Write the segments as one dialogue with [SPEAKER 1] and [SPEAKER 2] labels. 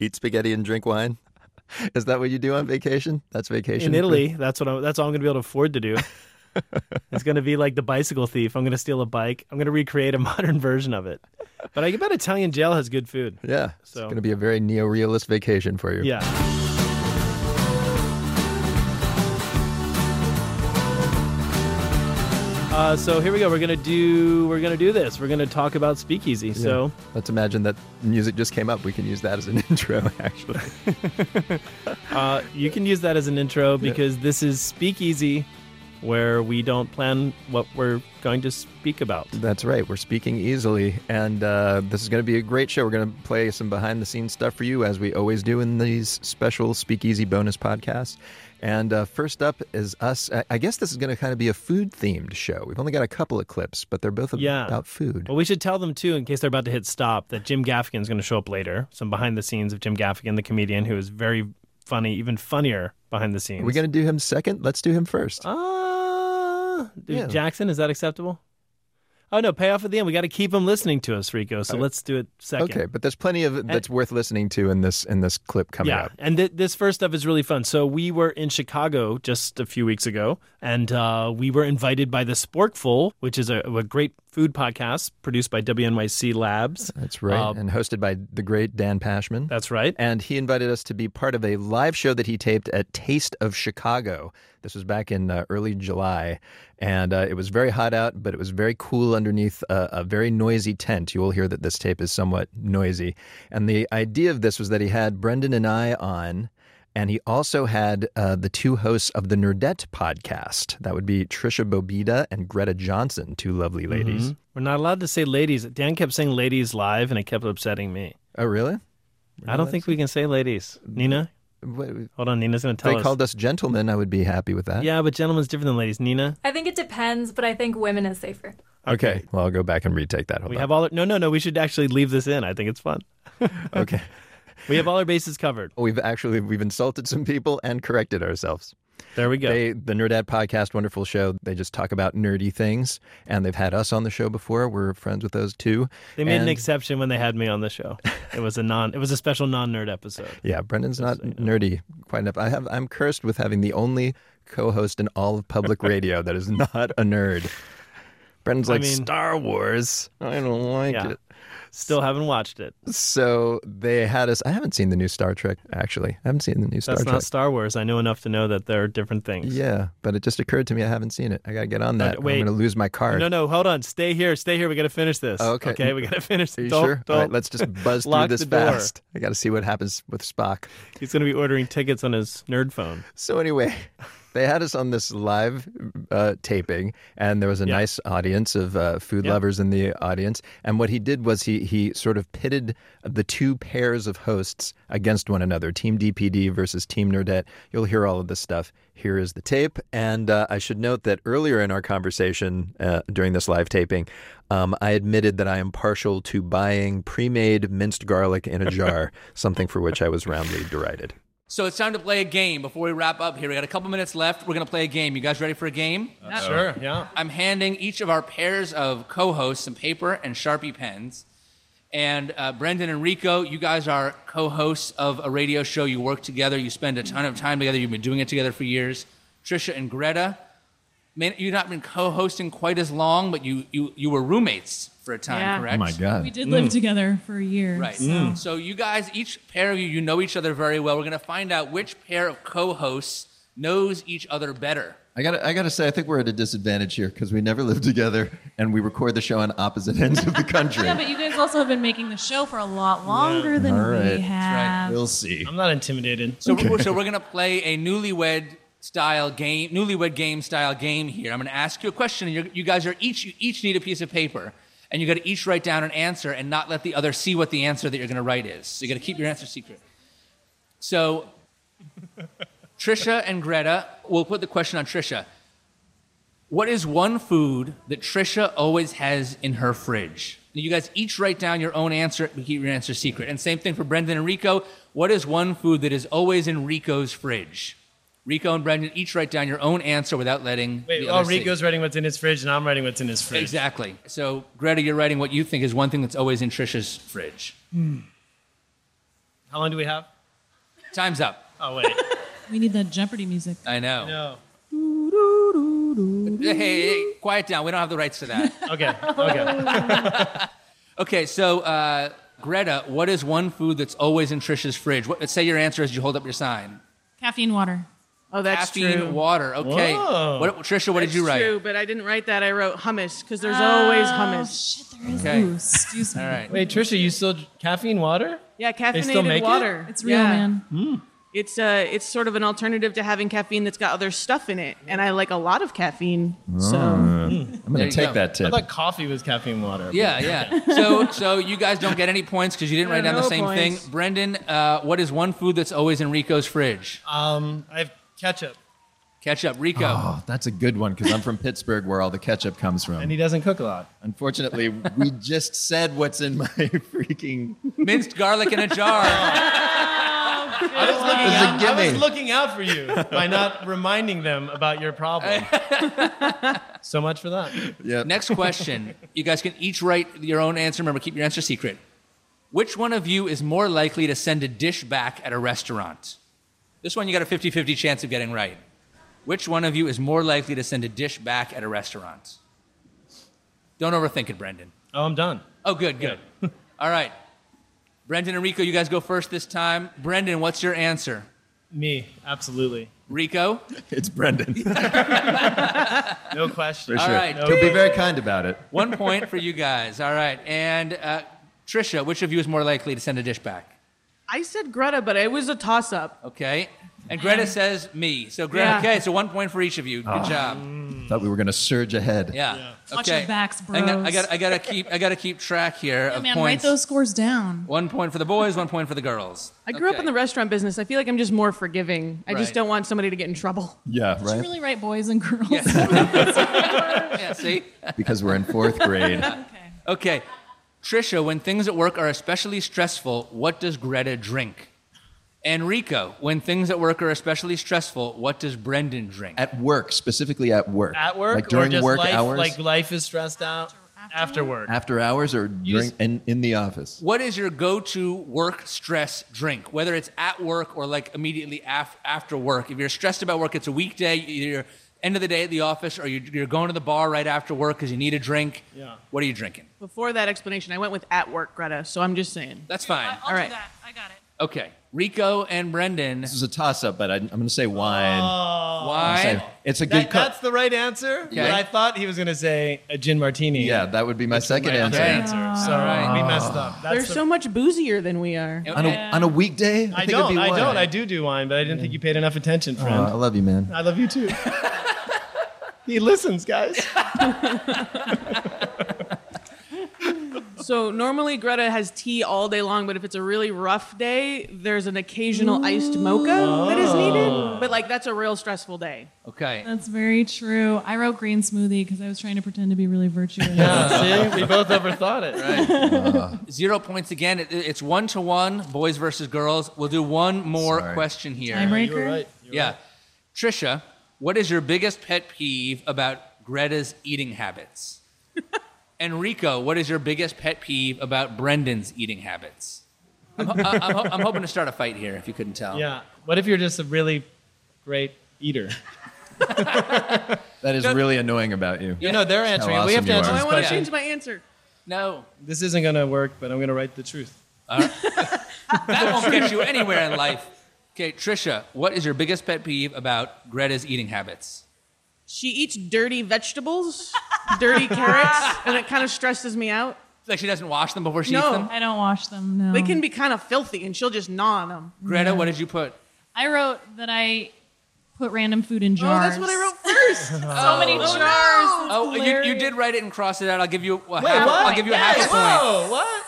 [SPEAKER 1] Eat spaghetti and drink wine? Is that what you do on vacation? That's vacation.
[SPEAKER 2] in Italy. That's what I, that's all I'm going to be able to afford to do. it's going to be like the bicycle thief. I'm going to steal a bike. I'm going to recreate a modern version of it. But I bet Italian jail has good food.
[SPEAKER 1] Yeah. It's
[SPEAKER 2] So-
[SPEAKER 1] going to be a very neo realist vacation for you.
[SPEAKER 2] Yeah. Uh, so here we go. We're gonna do. We're gonna do this. We're gonna talk about speakeasy.
[SPEAKER 1] Yeah.
[SPEAKER 2] So
[SPEAKER 1] Let's imagine that music just came up. We can use that as an intro, actually.
[SPEAKER 2] Uh, you can use that as an intro because this is Speakeasy, where we don't plan what we're going to speak about.
[SPEAKER 1] That's right. We're speaking easily, and uh, this is going to be a great show. We're going to play some behind the scenes stuff for you, as we always do in these special speakeasy bonus podcasts. And uh, first up is us. I- I guess this is going to kind of be a food themed show. We've only got a couple of clips, but they're both ab-
[SPEAKER 2] Yeah. Oh,
[SPEAKER 1] about food.
[SPEAKER 2] Well, we should tell them too, in case they're about to hit stop, that Jim Gaffigan's going to show up later. Some behind the scenes of Jim Gaffigan, the comedian, who is very funny, even funnier behind the scenes.
[SPEAKER 1] Are we going to do him second? Let's do him first.
[SPEAKER 2] Uh, dude,
[SPEAKER 1] Yeah.
[SPEAKER 2] Jackson, is that acceptable? Oh no, pay off at the end. We got to keep him listening to us, Rico. So let's do it second.
[SPEAKER 1] Uh, Okay, but there's plenty of that's worth listening to in this in this clip coming
[SPEAKER 2] yeah,
[SPEAKER 1] up.
[SPEAKER 2] and th- this first stuff is really fun. So we were in Chicago just a few weeks ago, and uh, we were invited by the Sporkful, which is a, a great food podcast produced by WNYC Labs.
[SPEAKER 1] That's right,
[SPEAKER 2] Uh,
[SPEAKER 1] and hosted by the great Dan Pashman.
[SPEAKER 2] That's right.
[SPEAKER 1] and he invited us to be part of a live show that he taped at Taste of Chicago. This was back in uh, early July, and uh, it was very hot out, but it was very cool underneath uh, a, a very noisy tent. You will hear that this tape is somewhat noisy. And the idea of this was that he had Brendan and I on. And he also had uh, the two hosts of the Nerdette podcast. That would be Trisha Bobita and Greta Johnson, two lovely ladies.
[SPEAKER 2] Mhm. We're not allowed to say ladies. Dan kept saying ladies live, and it kept upsetting me.
[SPEAKER 1] Oh, really?
[SPEAKER 2] I don't think we can say ladies. Nina,
[SPEAKER 1] What- if
[SPEAKER 2] hold on. Nina's going to tell
[SPEAKER 1] they
[SPEAKER 2] us.
[SPEAKER 1] called us gentlemen. I would be happy with that.
[SPEAKER 2] yeah, but gentlemen's different than ladies. Nina,
[SPEAKER 3] I think it depends, but I think women is safer.
[SPEAKER 1] Okay. Well, I'll go back and retake that. Hold
[SPEAKER 2] we
[SPEAKER 1] on.
[SPEAKER 2] have all. Our, no, no, no. We should actually leave this in. I think it's fun.
[SPEAKER 1] okay.
[SPEAKER 2] We have all our bases covered.
[SPEAKER 1] We've actually we've insulted some people and corrected ourselves.
[SPEAKER 2] There we go.
[SPEAKER 1] They the Nerdad podcast, wonderful show. They just talk about nerdy things, and they've had us on the show before. We're friends with those too.
[SPEAKER 2] They made an
[SPEAKER 1] And-
[SPEAKER 2] exception when they had me on the show. It was a non it was a special non nerd episode.
[SPEAKER 1] Yeah, Brendan's not
[SPEAKER 2] so you
[SPEAKER 1] nerdy quite enough. I have I'm cursed with having the only co-host in all of public radio that is not a nerd. Brendan's
[SPEAKER 2] I
[SPEAKER 1] like
[SPEAKER 2] mean-
[SPEAKER 1] Star Wars. I don't like
[SPEAKER 2] Yeah.
[SPEAKER 1] it.
[SPEAKER 2] Still haven't watched it.
[SPEAKER 1] So they had us. I haven't seen the new Star Trek. Actually, I haven't seen the new Star
[SPEAKER 2] That's
[SPEAKER 1] Trek.
[SPEAKER 2] not Star Wars. I know enough to know that there are different things.
[SPEAKER 1] Yeah, but it just occurred to me I haven't seen it. I gotta get on that. or
[SPEAKER 2] wait.
[SPEAKER 1] I'm gonna lose my card.
[SPEAKER 2] No, no, hold on. Stay here. Stay here. We got to finish this.
[SPEAKER 1] Oh, okay.
[SPEAKER 2] we got to finish.
[SPEAKER 1] Are you
[SPEAKER 2] don't,
[SPEAKER 1] sure?
[SPEAKER 2] Don't.
[SPEAKER 1] All right, let's just buzz through
[SPEAKER 2] Lock
[SPEAKER 1] this
[SPEAKER 2] the door.
[SPEAKER 1] fast. I gotta see what happens with Spock.
[SPEAKER 2] He's going to be ordering tickets on his nerd phone.
[SPEAKER 1] So anyway, they had us on this live uh, taping, and there was a
[SPEAKER 2] Yeah.
[SPEAKER 1] nice audience of uh, food
[SPEAKER 2] Yeah.
[SPEAKER 1] lovers in the audience. And what he did was he he sort of pitted the two pairs of hosts against one another: Team DPD versus Team Nerdette. You'll hear all of this stuff. Here is the tape. And uh, I should note that earlier in our conversation uh, during this live taping, um, I admitted that I am partial to buying pre-made minced garlic in a jar, something for which I was roundly derided.
[SPEAKER 4] So it's time to play a game before we wrap up here. We got a couple minutes left. We're going to play a game. You guys ready for a game?
[SPEAKER 2] Uh, Sure. Yeah.
[SPEAKER 4] I'm handing each of our pairs of co hosts some paper and Sharpie pens. And uh, Brendan and Rico, you guys are co hosts of a radio show. You work together, you spend a ton of time together, you've been doing it together for years. Trisha and Greta, man, you've not been co hosting quite as long, but you, you, you were roommates for a time,
[SPEAKER 3] Yeah.
[SPEAKER 4] correct?
[SPEAKER 5] We
[SPEAKER 1] Oh God.
[SPEAKER 5] did live together for a year.
[SPEAKER 4] Mm. Right.
[SPEAKER 5] so-
[SPEAKER 4] So you guys, each pair of you, you know each other very well. We're going to find out which pair of co-hosts knows each other better.
[SPEAKER 6] I gotta, I gotta say, I think we're at a disadvantage here because we never live together and we record the show on opposite ends of the country.
[SPEAKER 5] Yeah, but you guys also have been making the show for a lot longer than
[SPEAKER 6] All right.
[SPEAKER 5] we have.
[SPEAKER 6] we'll see.
[SPEAKER 2] I'm not intimidated.
[SPEAKER 4] So, we're, so we're going to play a newlywed style game, newlywed game style game here. I'm going to ask you a question, and you're, you guys are each, you each need a piece of paper, and you got to each write down an answer and not let the other see what the answer that you're going to write is. So you got to keep your answer secret. So Trisha and Greta, we'll put the question on Trisha. What is one food that Trisha always has in her fridge? And You guys each write down your own answer, but keep your answer secret. And same thing for Brendan and Rico. What is one food that is always in Rico's fridge? Rico and Brendan each write down your own answer without letting.
[SPEAKER 2] Wait,
[SPEAKER 4] the
[SPEAKER 2] oh,
[SPEAKER 4] other see.
[SPEAKER 2] Rico's writing what's in his fridge, and I'm writing what's in his fridge.
[SPEAKER 4] Exactly. So, Greta, you're writing what you think is one thing that's always in Trisha's fridge.
[SPEAKER 2] How long do we have?
[SPEAKER 4] Time's up.
[SPEAKER 2] Oh wait,
[SPEAKER 5] We need the Jeopardy music.
[SPEAKER 4] I know.
[SPEAKER 2] no.
[SPEAKER 4] Hey, hey, hey, quiet down. We don't have the rights to that.
[SPEAKER 2] Okay, okay.
[SPEAKER 4] okay, so uh, Greta, what is one food that's always in Trisha's fridge? What, say your answer as you hold up your sign.
[SPEAKER 5] Caffeine water.
[SPEAKER 7] Oh, that's
[SPEAKER 4] Caffeine,
[SPEAKER 7] true.
[SPEAKER 4] water. Okay.
[SPEAKER 2] Whoa.
[SPEAKER 4] What, Trisha, what
[SPEAKER 7] That's
[SPEAKER 4] did you write?
[SPEAKER 7] True, but I didn't write that. I wrote hummus because there's
[SPEAKER 5] Oh.
[SPEAKER 7] always hummus.
[SPEAKER 5] Shit, there is.
[SPEAKER 4] Okay.
[SPEAKER 5] Ooh, excuse me.
[SPEAKER 4] All right.
[SPEAKER 2] Wait, Trisha, you still caffeine water?
[SPEAKER 7] Yeah, caffeinated
[SPEAKER 2] still make it?
[SPEAKER 7] water.
[SPEAKER 5] It's real,
[SPEAKER 7] Yeah.
[SPEAKER 5] man.
[SPEAKER 7] It's uh, it's sort of an alternative to having caffeine that's got other stuff in it, and I like a lot of caffeine. So
[SPEAKER 6] I'm going
[SPEAKER 4] you
[SPEAKER 6] to take
[SPEAKER 4] go.
[SPEAKER 6] that
[SPEAKER 2] I
[SPEAKER 6] tip.
[SPEAKER 2] thought coffee was caffeine water.
[SPEAKER 4] Yeah, yeah. So, so you guys don't get any points because you didn't
[SPEAKER 7] Yeah,
[SPEAKER 4] write down the
[SPEAKER 7] no
[SPEAKER 4] same
[SPEAKER 7] points.
[SPEAKER 4] thing. Brendan, uh, what is one food that's always in Rico's fridge?
[SPEAKER 7] Uh,
[SPEAKER 2] Um, I have ketchup,
[SPEAKER 4] Catch up, Rico.
[SPEAKER 6] Oh, that's a good one because I'm from Pittsburgh, where all the ketchup comes from.
[SPEAKER 2] and he doesn't cook a lot.
[SPEAKER 6] Unfortunately, we just said what's in my freaking.
[SPEAKER 4] Minced garlic in a jar.
[SPEAKER 2] I was, looking
[SPEAKER 6] It's a
[SPEAKER 2] out, I was
[SPEAKER 6] gimme.
[SPEAKER 2] looking out for you by not reminding them about your problem. so much for that.
[SPEAKER 6] Yep.
[SPEAKER 4] Next question. You guys can each write your own answer. Remember, keep your answer secret. Which one of you is more likely to send a dish back at a restaurant? This one you got a 50 50 chance of getting right. Which one of you is more likely to send a dish back at a restaurant? Don't overthink it, Brendan.
[SPEAKER 2] Oh, I'm done.
[SPEAKER 4] Oh, good, good. All right. Brendan and Rico, you guys go first this time. Brendan, what's your answer?
[SPEAKER 2] Me, absolutely.
[SPEAKER 4] Rico?
[SPEAKER 6] It's Brendan.
[SPEAKER 2] No question.
[SPEAKER 6] For sure.
[SPEAKER 4] right.
[SPEAKER 6] He'll be very kind about it.
[SPEAKER 4] One point for you guys. All right. And uh, Trisha, which of you is more likely to send a dish back?
[SPEAKER 7] I said Greta, but it was a toss-up.
[SPEAKER 4] Okay. And Greta says me. So, Greta,
[SPEAKER 7] Yeah.
[SPEAKER 4] okay, so one point for each of you. Good
[SPEAKER 6] Ah.
[SPEAKER 4] job.
[SPEAKER 6] Thought we were going to surge ahead.
[SPEAKER 4] Yeah.
[SPEAKER 5] Watch
[SPEAKER 4] Okay.
[SPEAKER 5] your backs,
[SPEAKER 4] I got, I,
[SPEAKER 5] bros.
[SPEAKER 4] got, I got to keep I got to keep track here
[SPEAKER 5] Yeah,
[SPEAKER 4] of
[SPEAKER 5] man,
[SPEAKER 4] points.
[SPEAKER 5] write those scores down.
[SPEAKER 4] One point for the boys, one point for the girls.
[SPEAKER 7] I grew up
[SPEAKER 4] Okay.
[SPEAKER 7] in the restaurant business. I feel like I'm just more forgiving. I
[SPEAKER 4] Right.
[SPEAKER 7] just don't want somebody to get in trouble.
[SPEAKER 6] Yeah,
[SPEAKER 5] Did you
[SPEAKER 6] right?
[SPEAKER 5] really write boys and girls?
[SPEAKER 4] Yeah, see?
[SPEAKER 6] Because we're in fourth grade.
[SPEAKER 5] okay.
[SPEAKER 4] Okay. Trisha, when things at work are especially stressful, what does Greta drink? Enrico, when things at work are especially stressful, what does Brendan drink?
[SPEAKER 6] at work, specifically at work.
[SPEAKER 2] At work
[SPEAKER 6] Like during
[SPEAKER 2] or just
[SPEAKER 6] work
[SPEAKER 2] life,
[SPEAKER 6] hours?
[SPEAKER 2] like life is stressed out
[SPEAKER 5] After-
[SPEAKER 2] after work.
[SPEAKER 6] after hours or during,
[SPEAKER 2] s-
[SPEAKER 6] in, in the office?
[SPEAKER 4] What is your go-to work stress drink? Whether it's at work or like immediately af- after work. If you're stressed about work, it's a weekday, either you're end of the day at the office or you're, you're going to the bar right after work because you need a drink.
[SPEAKER 2] Yeah.
[SPEAKER 4] What are you drinking?
[SPEAKER 7] Before that explanation, I went with at work Greta, so I'm just saying.
[SPEAKER 4] That's fine.
[SPEAKER 7] All right.
[SPEAKER 5] I got it.
[SPEAKER 4] Okay. Rico and Brendan,
[SPEAKER 6] This is a toss up, but I, I'm going to say wine.
[SPEAKER 2] Oh.
[SPEAKER 4] wine.
[SPEAKER 6] Say- it's a good
[SPEAKER 2] That,
[SPEAKER 6] cup.
[SPEAKER 2] that's the right answer.
[SPEAKER 4] Okay.
[SPEAKER 2] But I thought he was going to say a gin martini.
[SPEAKER 6] Yeah, that would be my second
[SPEAKER 2] My
[SPEAKER 6] answer.
[SPEAKER 2] other answer. So
[SPEAKER 4] Alright.
[SPEAKER 2] we messed up. That's
[SPEAKER 7] They're
[SPEAKER 2] the-
[SPEAKER 7] so much boozier than we are.
[SPEAKER 6] On, a, on a weekday? I,
[SPEAKER 2] I
[SPEAKER 6] think it'd
[SPEAKER 2] don't.
[SPEAKER 6] be
[SPEAKER 2] I
[SPEAKER 6] wine.
[SPEAKER 2] don't. I do do wine, but I didn't think you paid enough attention,
[SPEAKER 6] Aw,
[SPEAKER 2] friend.
[SPEAKER 6] I love you, man.
[SPEAKER 2] I love you too. he listens, guys.
[SPEAKER 7] So normally Greta has tea all day long, but if it's a really rough day, there's an occasional iced mocha that is
[SPEAKER 4] Ah.
[SPEAKER 7] needed. But like that's a real stressful day.
[SPEAKER 4] Okay.
[SPEAKER 5] That's very true. I wrote green smoothie because I was trying to pretend to be really virtuous.
[SPEAKER 2] See, we both overthought it.
[SPEAKER 4] Zero points again. It, it's one to one, boys versus girls. We'll do one more
[SPEAKER 6] Sorry.
[SPEAKER 4] question here.
[SPEAKER 5] Tiebreaker.
[SPEAKER 2] You were right. You were
[SPEAKER 4] yeah.
[SPEAKER 2] right.
[SPEAKER 4] Trisha, what is your biggest pet peeve about Greta's eating habits? Enrico, what is your biggest pet peeve about Brendan's eating habits? I'm, ho- I- I'm ho- I'm hoping to start a fight here, if you couldn't tell.
[SPEAKER 2] Yeah. What if you're just a really great eater?
[SPEAKER 6] That is really annoying about you.
[SPEAKER 2] You know, they're answering. it. we have
[SPEAKER 6] awesome
[SPEAKER 2] to
[SPEAKER 6] you
[SPEAKER 2] answer
[SPEAKER 6] are.
[SPEAKER 7] Oh,
[SPEAKER 2] this
[SPEAKER 7] I want
[SPEAKER 2] question.
[SPEAKER 7] to change my answer.
[SPEAKER 4] No,
[SPEAKER 2] This isn't going to work, but I'm going to write the truth.
[SPEAKER 4] that won't get you anywhere in life. Okay, Trisha, what is your biggest pet peeve about Greta's eating habits?
[SPEAKER 7] She eats dirty vegetables, dirty carrots, and it kind of stresses me out.
[SPEAKER 4] It's like she doesn't wash them before she
[SPEAKER 7] No.
[SPEAKER 4] eats them?
[SPEAKER 5] I don't wash them. No.
[SPEAKER 7] They can be kind of filthy, and she'll just gnaw on them.
[SPEAKER 4] Greta, what did you put?
[SPEAKER 5] I wrote that I put random food in
[SPEAKER 7] Oh,
[SPEAKER 5] jars.
[SPEAKER 7] that's what I wrote first.
[SPEAKER 5] So many jars. That's
[SPEAKER 4] Oh, you, you
[SPEAKER 5] hilarious.
[SPEAKER 4] did write it and cross it out. I'll give you a half,
[SPEAKER 2] what?
[SPEAKER 4] I'll give you a half a point.
[SPEAKER 2] Whoa, what?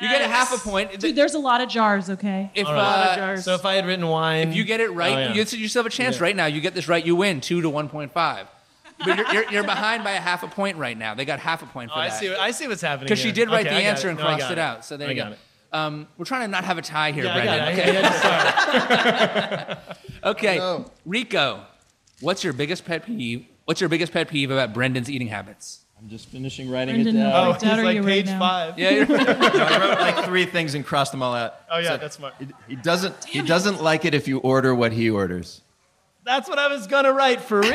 [SPEAKER 4] You get a half a point.
[SPEAKER 5] Dude, there's a lot of jars. Okay.
[SPEAKER 4] if
[SPEAKER 7] Uh,
[SPEAKER 4] uh,
[SPEAKER 7] jars.
[SPEAKER 2] So if I had written wine.
[SPEAKER 4] If you get it right,
[SPEAKER 2] Oh, yeah.
[SPEAKER 4] you, you still have a chance right now. You get this right, you win two to one point five. But you're, you're, you're behind by a half a point right now. They got half a point for
[SPEAKER 2] Oh, I
[SPEAKER 4] that.
[SPEAKER 2] see. I see what's happening.
[SPEAKER 4] Because she
[SPEAKER 2] here.
[SPEAKER 4] did write
[SPEAKER 2] Okay, I
[SPEAKER 4] the
[SPEAKER 2] got
[SPEAKER 4] answer
[SPEAKER 2] it.
[SPEAKER 4] and
[SPEAKER 2] No, I
[SPEAKER 4] crossed
[SPEAKER 2] got
[SPEAKER 4] it out. So there
[SPEAKER 2] I
[SPEAKER 4] you go.
[SPEAKER 2] got it.
[SPEAKER 4] Um, we're trying to not have a tie here,
[SPEAKER 2] Yeah, I got
[SPEAKER 4] Brendan.
[SPEAKER 2] it. I- I had
[SPEAKER 4] okay.
[SPEAKER 2] to start.
[SPEAKER 4] Okay,
[SPEAKER 6] Oh, no.
[SPEAKER 4] Rico, what's your biggest pet peeve? What's your biggest pet peeve about Brendan's eating habits?
[SPEAKER 8] I'm just finishing writing
[SPEAKER 5] Brendan,
[SPEAKER 8] it down.
[SPEAKER 5] how
[SPEAKER 9] Oh,
[SPEAKER 5] Like,
[SPEAKER 9] he's
[SPEAKER 5] doubt are
[SPEAKER 9] like
[SPEAKER 5] you right
[SPEAKER 9] page
[SPEAKER 5] now?
[SPEAKER 9] five.
[SPEAKER 4] Yeah, you're-
[SPEAKER 6] No, I wrote like three things and crossed them all out.
[SPEAKER 9] Oh yeah,
[SPEAKER 6] So
[SPEAKER 9] that's smart.
[SPEAKER 6] he- he doesn't. he doesn't like it if you order what he orders.
[SPEAKER 9] That's what I was gonna write for real.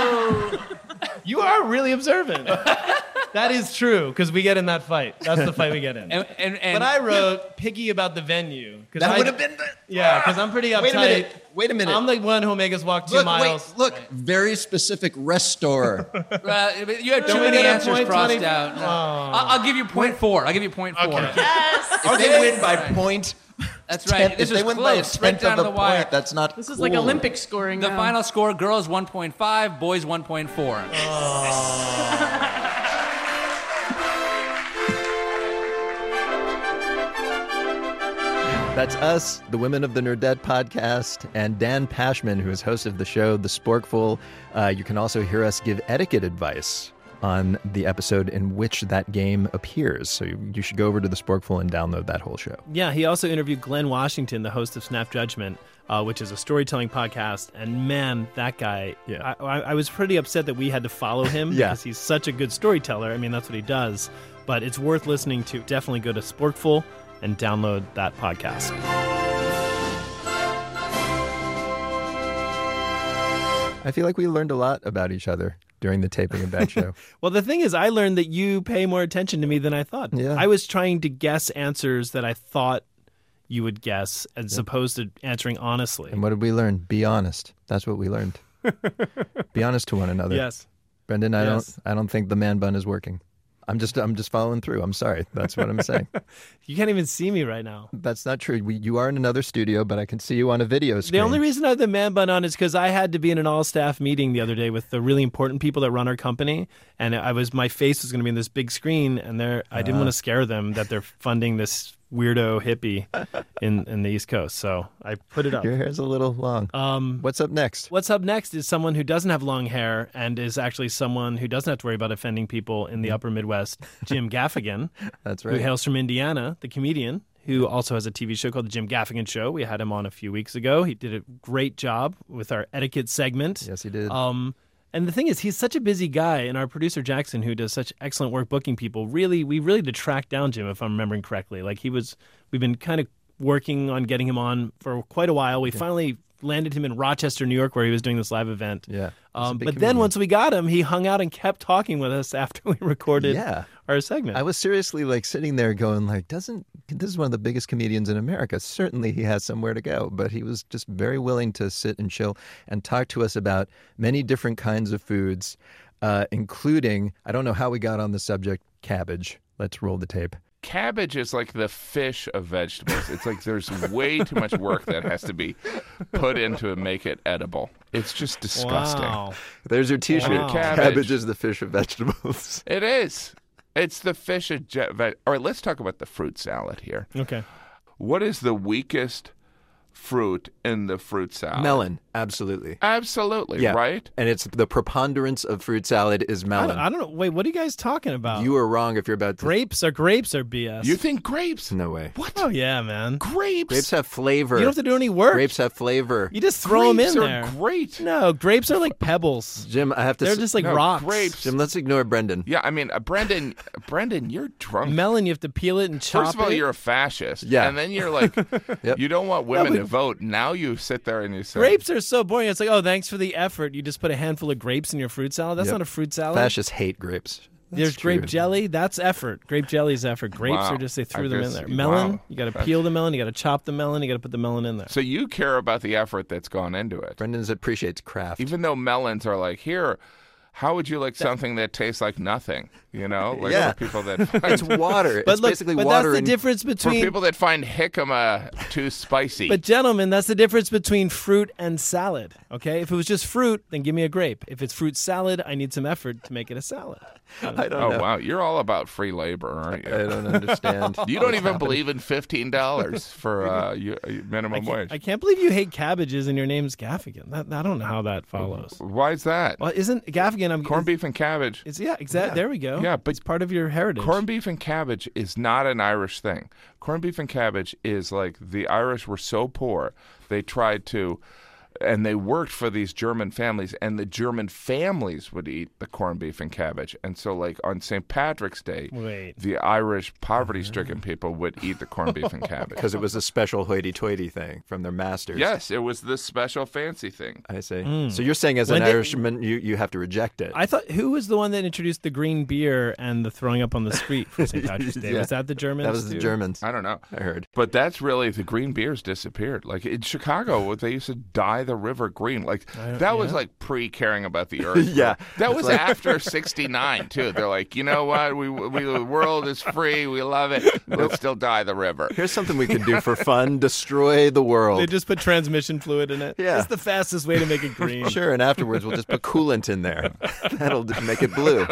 [SPEAKER 4] Oh.
[SPEAKER 9] You are really observant. that is true because we get in that fight. That's the fight we get in.
[SPEAKER 4] and, and, and
[SPEAKER 9] but I wrote piggy about the venue. 'cause
[SPEAKER 6] That
[SPEAKER 9] I-
[SPEAKER 6] would have been. The,
[SPEAKER 9] Yeah, because I'm pretty uptight.
[SPEAKER 6] wait a minute. Wait a minute.
[SPEAKER 9] I'm the one who'll make us walk two
[SPEAKER 6] look,
[SPEAKER 9] miles.
[SPEAKER 6] wait, look, very specific restore.
[SPEAKER 4] uh, but you had too
[SPEAKER 9] we
[SPEAKER 4] many
[SPEAKER 9] get a
[SPEAKER 4] answers
[SPEAKER 9] point,
[SPEAKER 4] crossed
[SPEAKER 9] Tony?
[SPEAKER 4] out. No. I'll, I'll give you point four. I'll give you point four.
[SPEAKER 9] Okay.
[SPEAKER 6] if they win by point,
[SPEAKER 4] That's right.
[SPEAKER 6] tenth-
[SPEAKER 4] this
[SPEAKER 6] if
[SPEAKER 4] is
[SPEAKER 6] they win by a
[SPEAKER 4] close. Right
[SPEAKER 6] tenth
[SPEAKER 4] down
[SPEAKER 6] of
[SPEAKER 4] to the
[SPEAKER 6] a
[SPEAKER 4] wire.
[SPEAKER 6] point, that's not.
[SPEAKER 7] This is like Olympic scoring.
[SPEAKER 4] the
[SPEAKER 7] now.
[SPEAKER 4] final score: girls 1.5, boys 1.4.
[SPEAKER 1] That's us, the Women of the Nerdette podcast, and Dan Pashman, who is host of the show, The Sporkful. Uh, you can also hear us give etiquette advice on the episode in which that game appears. So you, you should go over to The Sporkful and download that whole show.
[SPEAKER 2] Yeah, he also interviewed Glenn Washington, the host of Snap Judgment, uh, which is a storytelling podcast. And man, that guy,
[SPEAKER 1] Yeah.
[SPEAKER 2] I, I, I was pretty upset that we had to follow him
[SPEAKER 1] Yeah.
[SPEAKER 2] because he's such a good storyteller. I mean, that's what he does. But it's worth listening to. Definitely go to Sportful and download that podcast.
[SPEAKER 1] I feel like we learned a lot about each other during the taping of that show.
[SPEAKER 2] Well, the thing is, I learned that you pay more attention to me than I thought.
[SPEAKER 1] Yeah.
[SPEAKER 2] I was trying to guess answers that I thought you would guess as opposed to answering honestly.
[SPEAKER 1] and what did we learn? Be honest. That's what we learned. Be honest to one another.
[SPEAKER 2] Yes.
[SPEAKER 1] Brendan, I
[SPEAKER 2] Yes.
[SPEAKER 1] don't I don't think the man bun is working. I'm just I'm just following through. I'm sorry. That's what I'm saying.
[SPEAKER 2] You can't even see me right now.
[SPEAKER 1] That's not true. We, you are in another studio, but I can see you on a video screen.
[SPEAKER 2] The only reason I have the man bun on is because I had to be in an all staff meeting the other day with the really important people that run our company, and I was my face was going to be in this big screen, and they're, I didn't want to scare them that they're funding this weirdo hippie in in the East Coast, so I put it up.
[SPEAKER 1] Your hair's a little long.
[SPEAKER 2] Um,
[SPEAKER 1] What's up next?
[SPEAKER 2] What's up next is someone who doesn't have long hair and is actually someone who doesn't have to worry about offending people in the upper Midwest, Jim Gaffigan,
[SPEAKER 1] Mm. That's
[SPEAKER 2] who
[SPEAKER 1] right.
[SPEAKER 2] hails from Indiana, the comedian, who also has a TV show called The Jim Gaffigan Show. We had him on a few weeks ago. He did a great job with our etiquette segment.
[SPEAKER 1] Yes, he did.
[SPEAKER 2] Um, and the thing is, he's such a busy guy, and our producer Jackson, who does such excellent work booking people, really, we really did track down Jim, if I'm remembering correctly. Like he was, we've been kind of working on getting him on for quite a while. We finally landed him in Rochester, New York, where he was doing this live event.
[SPEAKER 1] yeah.
[SPEAKER 2] Um, but
[SPEAKER 1] He's a big
[SPEAKER 2] then
[SPEAKER 1] comedian.
[SPEAKER 2] once we got him, he hung out and kept talking with us after we recorded
[SPEAKER 1] Yeah.
[SPEAKER 2] our segment.
[SPEAKER 1] I was seriously like sitting there going like, doesn't this is one of the biggest comedians in America. Certainly he has somewhere to go, but he was just very willing to sit and chill and talk to us about many different kinds of foods, uh, including I don't know how we got on the subject cabbage. Let's roll the tape.
[SPEAKER 10] cabbage is like the fish of vegetables. It's like there's way too much work that has to be put into it make it edible. It's just disgusting.
[SPEAKER 2] Wow.
[SPEAKER 1] There's your T-shirt.
[SPEAKER 2] Wow.
[SPEAKER 10] Cabbage.
[SPEAKER 1] is the fish of vegetables.
[SPEAKER 10] It is. It's the fish of je- veg. All right, let's talk about the fruit salad here.
[SPEAKER 2] Okay.
[SPEAKER 10] What is the weakest fruit in the fruit
[SPEAKER 2] Uh,
[SPEAKER 10] salad?
[SPEAKER 1] melon, absolutely.
[SPEAKER 10] Absolutely,
[SPEAKER 1] Yeah,
[SPEAKER 10] right?
[SPEAKER 1] And it's the preponderance of fruit salad is
[SPEAKER 2] I
[SPEAKER 1] melon.
[SPEAKER 2] don't, I don't know. Wait, what are you guys talking about?
[SPEAKER 1] uh, you are wrong if you're about to.
[SPEAKER 2] grapes are grapes are BS.
[SPEAKER 10] You think grapes?
[SPEAKER 1] No way.
[SPEAKER 10] What?
[SPEAKER 2] oh yeah, man.
[SPEAKER 10] Grapes?
[SPEAKER 1] Grapes have flavor.
[SPEAKER 2] You don't have to do any work.
[SPEAKER 1] Grapes have flavor.
[SPEAKER 2] You just throw
[SPEAKER 10] Grapes
[SPEAKER 2] them in
[SPEAKER 10] are
[SPEAKER 2] there.
[SPEAKER 10] great.
[SPEAKER 2] No, grapes are like pebbles.
[SPEAKER 1] Jim, I have to.
[SPEAKER 2] They're
[SPEAKER 1] s-
[SPEAKER 2] just like
[SPEAKER 10] No,
[SPEAKER 2] rocks.
[SPEAKER 10] grapes.
[SPEAKER 1] Jim, let's ignore Brendan.
[SPEAKER 10] Yeah, I mean, uh, Brendan, Brendan, you're drunk.
[SPEAKER 2] Melon, you have to peel it and chop
[SPEAKER 10] First of all,
[SPEAKER 2] it.
[SPEAKER 10] you're a fascist.
[SPEAKER 1] Yeah.
[SPEAKER 10] And then you're like, you don't want women to vote. Now you sit there and you say,
[SPEAKER 2] grapes are so boring. It's like, oh, thanks for the effort. You just put a handful of grapes in your fruit salad. That's
[SPEAKER 1] Yep.
[SPEAKER 2] not a fruit salad.
[SPEAKER 1] Fascists hate grapes. That's
[SPEAKER 2] There's grape
[SPEAKER 1] true.
[SPEAKER 2] jelly. That's effort. Grape jelly is effort. Grapes
[SPEAKER 10] Wow.
[SPEAKER 2] are just they threw
[SPEAKER 10] I
[SPEAKER 2] them in
[SPEAKER 10] guess-
[SPEAKER 2] there.
[SPEAKER 10] wow.
[SPEAKER 2] Melon, you got to
[SPEAKER 10] That's-
[SPEAKER 2] peel the melon. You got to chop the melon. You got to put the melon in there.
[SPEAKER 10] So you care about the effort that's gone into it.
[SPEAKER 1] Brendan's appreciates craft.
[SPEAKER 10] Even though melons are like, here, how would you like something that tastes like nothing? You know, like
[SPEAKER 1] Yeah.
[SPEAKER 10] for people that find,
[SPEAKER 1] it's water.
[SPEAKER 2] but
[SPEAKER 1] it's
[SPEAKER 2] look,
[SPEAKER 1] basically
[SPEAKER 2] but
[SPEAKER 1] water.
[SPEAKER 2] that's the
[SPEAKER 1] and-
[SPEAKER 2] difference
[SPEAKER 10] for
[SPEAKER 2] between.
[SPEAKER 10] people that find jicama too spicy.
[SPEAKER 2] But gentlemen, that's the difference between fruit and salad. Okay, if it was just fruit, then give me a grape. If it's fruit salad, I need some effort to make it a salad.
[SPEAKER 1] I don't
[SPEAKER 10] oh
[SPEAKER 1] know.
[SPEAKER 10] wow, you're all about free labor, aren't
[SPEAKER 1] I
[SPEAKER 10] you?
[SPEAKER 1] don't understand.
[SPEAKER 10] You don't even believe in fifteen dollars for uh, you, uh, minimum wage.
[SPEAKER 2] I can't believe you hate cabbages and your name's Gaffigan. That, I don't know how that follows.
[SPEAKER 10] Why is that?
[SPEAKER 2] Well, isn't Gaffigan? I'm
[SPEAKER 10] Corned beef and cabbage.
[SPEAKER 2] Is, yeah, exactly. There we go.
[SPEAKER 10] Yeah, but-
[SPEAKER 2] it's part of your heritage.
[SPEAKER 10] Corned beef and cabbage is not an Irish thing. Corned beef and cabbage is like the Irish were so poor they tried to and they worked for these German families, and the German families would eat the corned beef and cabbage. And so, like on St. Patrick's Day,
[SPEAKER 2] Wait.
[SPEAKER 10] the Irish poverty-stricken people would eat the corned beef and cabbage.
[SPEAKER 1] Because it was a special hoity-toity thing from their masters.
[SPEAKER 10] Yes, it was this special fancy thing.
[SPEAKER 1] I see. So you're saying as an
[SPEAKER 2] Mm. When they-
[SPEAKER 1] Irishman, you, you have to reject it.
[SPEAKER 2] I thought who was the one that introduced the green beer and the throwing up on the street for St. Patrick's Day?
[SPEAKER 1] Yeah.
[SPEAKER 2] Was that the Germans?
[SPEAKER 1] that was the
[SPEAKER 2] too?
[SPEAKER 1] Germans.
[SPEAKER 10] I don't know.
[SPEAKER 1] I heard.
[SPEAKER 10] But that's really the green beers disappeared. Like in Chicago, they used to dye the river green. Like that was like pre caring about the earth.
[SPEAKER 1] Yeah.
[SPEAKER 10] that was after '69 too. They're like, you know what? We, we the world is free. We love it. Let's still dye the river.
[SPEAKER 1] Here's something we could do for fun: destroy the world.
[SPEAKER 2] They just put transmission fluid in it.
[SPEAKER 1] Yeah.
[SPEAKER 2] That's the fastest way to make it green.
[SPEAKER 1] Sure, and afterwards we'll just put coolant in there. That'll d- make it blue.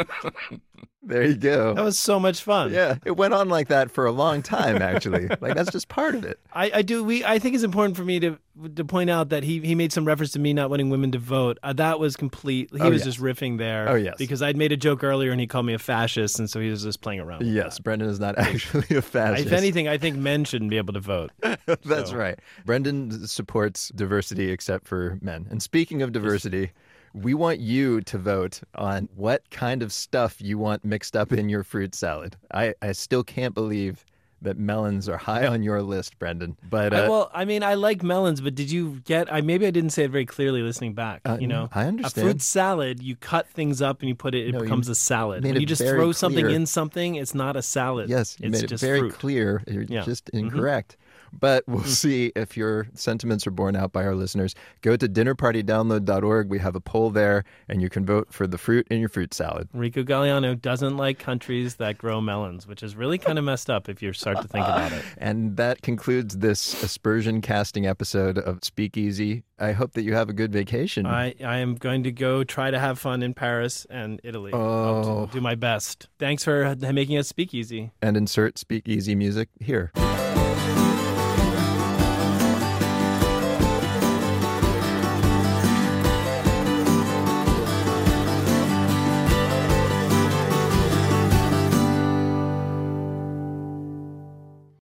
[SPEAKER 1] There you
[SPEAKER 2] That
[SPEAKER 1] go.
[SPEAKER 2] was so much fun.
[SPEAKER 1] Yeah, it went on like that for a long time, actually. Like that's just part of it.
[SPEAKER 2] I, I do. We I think it's important for me to to point out that he, he made some reference to me not wanting women to vote. Uh, that was complete. He
[SPEAKER 1] yes.
[SPEAKER 2] was just riffing there.
[SPEAKER 1] Oh, yes.
[SPEAKER 2] because I'd made a joke earlier and he called me a fascist, and so he was just playing around. with
[SPEAKER 1] Yes, Brendan is not actually a
[SPEAKER 2] that.
[SPEAKER 1] fascist.
[SPEAKER 2] If anything, I think men shouldn't be able to vote.
[SPEAKER 1] That's right. Brendan supports diversity except for men. And speaking of diversity, we want you to vote on what kind of stuff you want mixed up in your fruit salad. I, I still can't believe that melons are high on your list, Brendan. But uh,
[SPEAKER 2] I- well, I mean, I like melons, but did you get? I maybe I didn't say it very clearly. Listening back,
[SPEAKER 1] Uh,
[SPEAKER 2] you know,
[SPEAKER 1] I
[SPEAKER 2] A
[SPEAKER 1] understand.
[SPEAKER 2] fruit salad, you cut things up and you put it. It
[SPEAKER 1] No, you
[SPEAKER 2] becomes a salad.
[SPEAKER 1] made
[SPEAKER 2] When
[SPEAKER 1] it
[SPEAKER 2] you just
[SPEAKER 1] very
[SPEAKER 2] throw something
[SPEAKER 1] clear.
[SPEAKER 2] in something, it's not a salad.
[SPEAKER 1] yes, you
[SPEAKER 2] it's
[SPEAKER 1] made it
[SPEAKER 2] just
[SPEAKER 1] very
[SPEAKER 2] fruit.
[SPEAKER 1] clear. You're
[SPEAKER 2] Yeah. Mm-hmm. Mm.
[SPEAKER 1] just incorrect. But we'll see if your sentiments are borne out by our listeners. Go to dinnerpartydownload.org. We have a poll there, and you can vote for the fruit in your fruit salad.
[SPEAKER 2] Rico Galliano doesn't like countries that grow melons, which is really kind of messed up if you start to think about it.
[SPEAKER 1] And that concludes this aspersion casting episode of Speakeasy. I hope that you have a good vacation.
[SPEAKER 2] I, I am going to go try to have fun in Paris and Italy. I'll t-
[SPEAKER 1] Oh.
[SPEAKER 2] do my best. Thanks for uh, making us speakeasy.
[SPEAKER 1] and insert Speakeasy music here.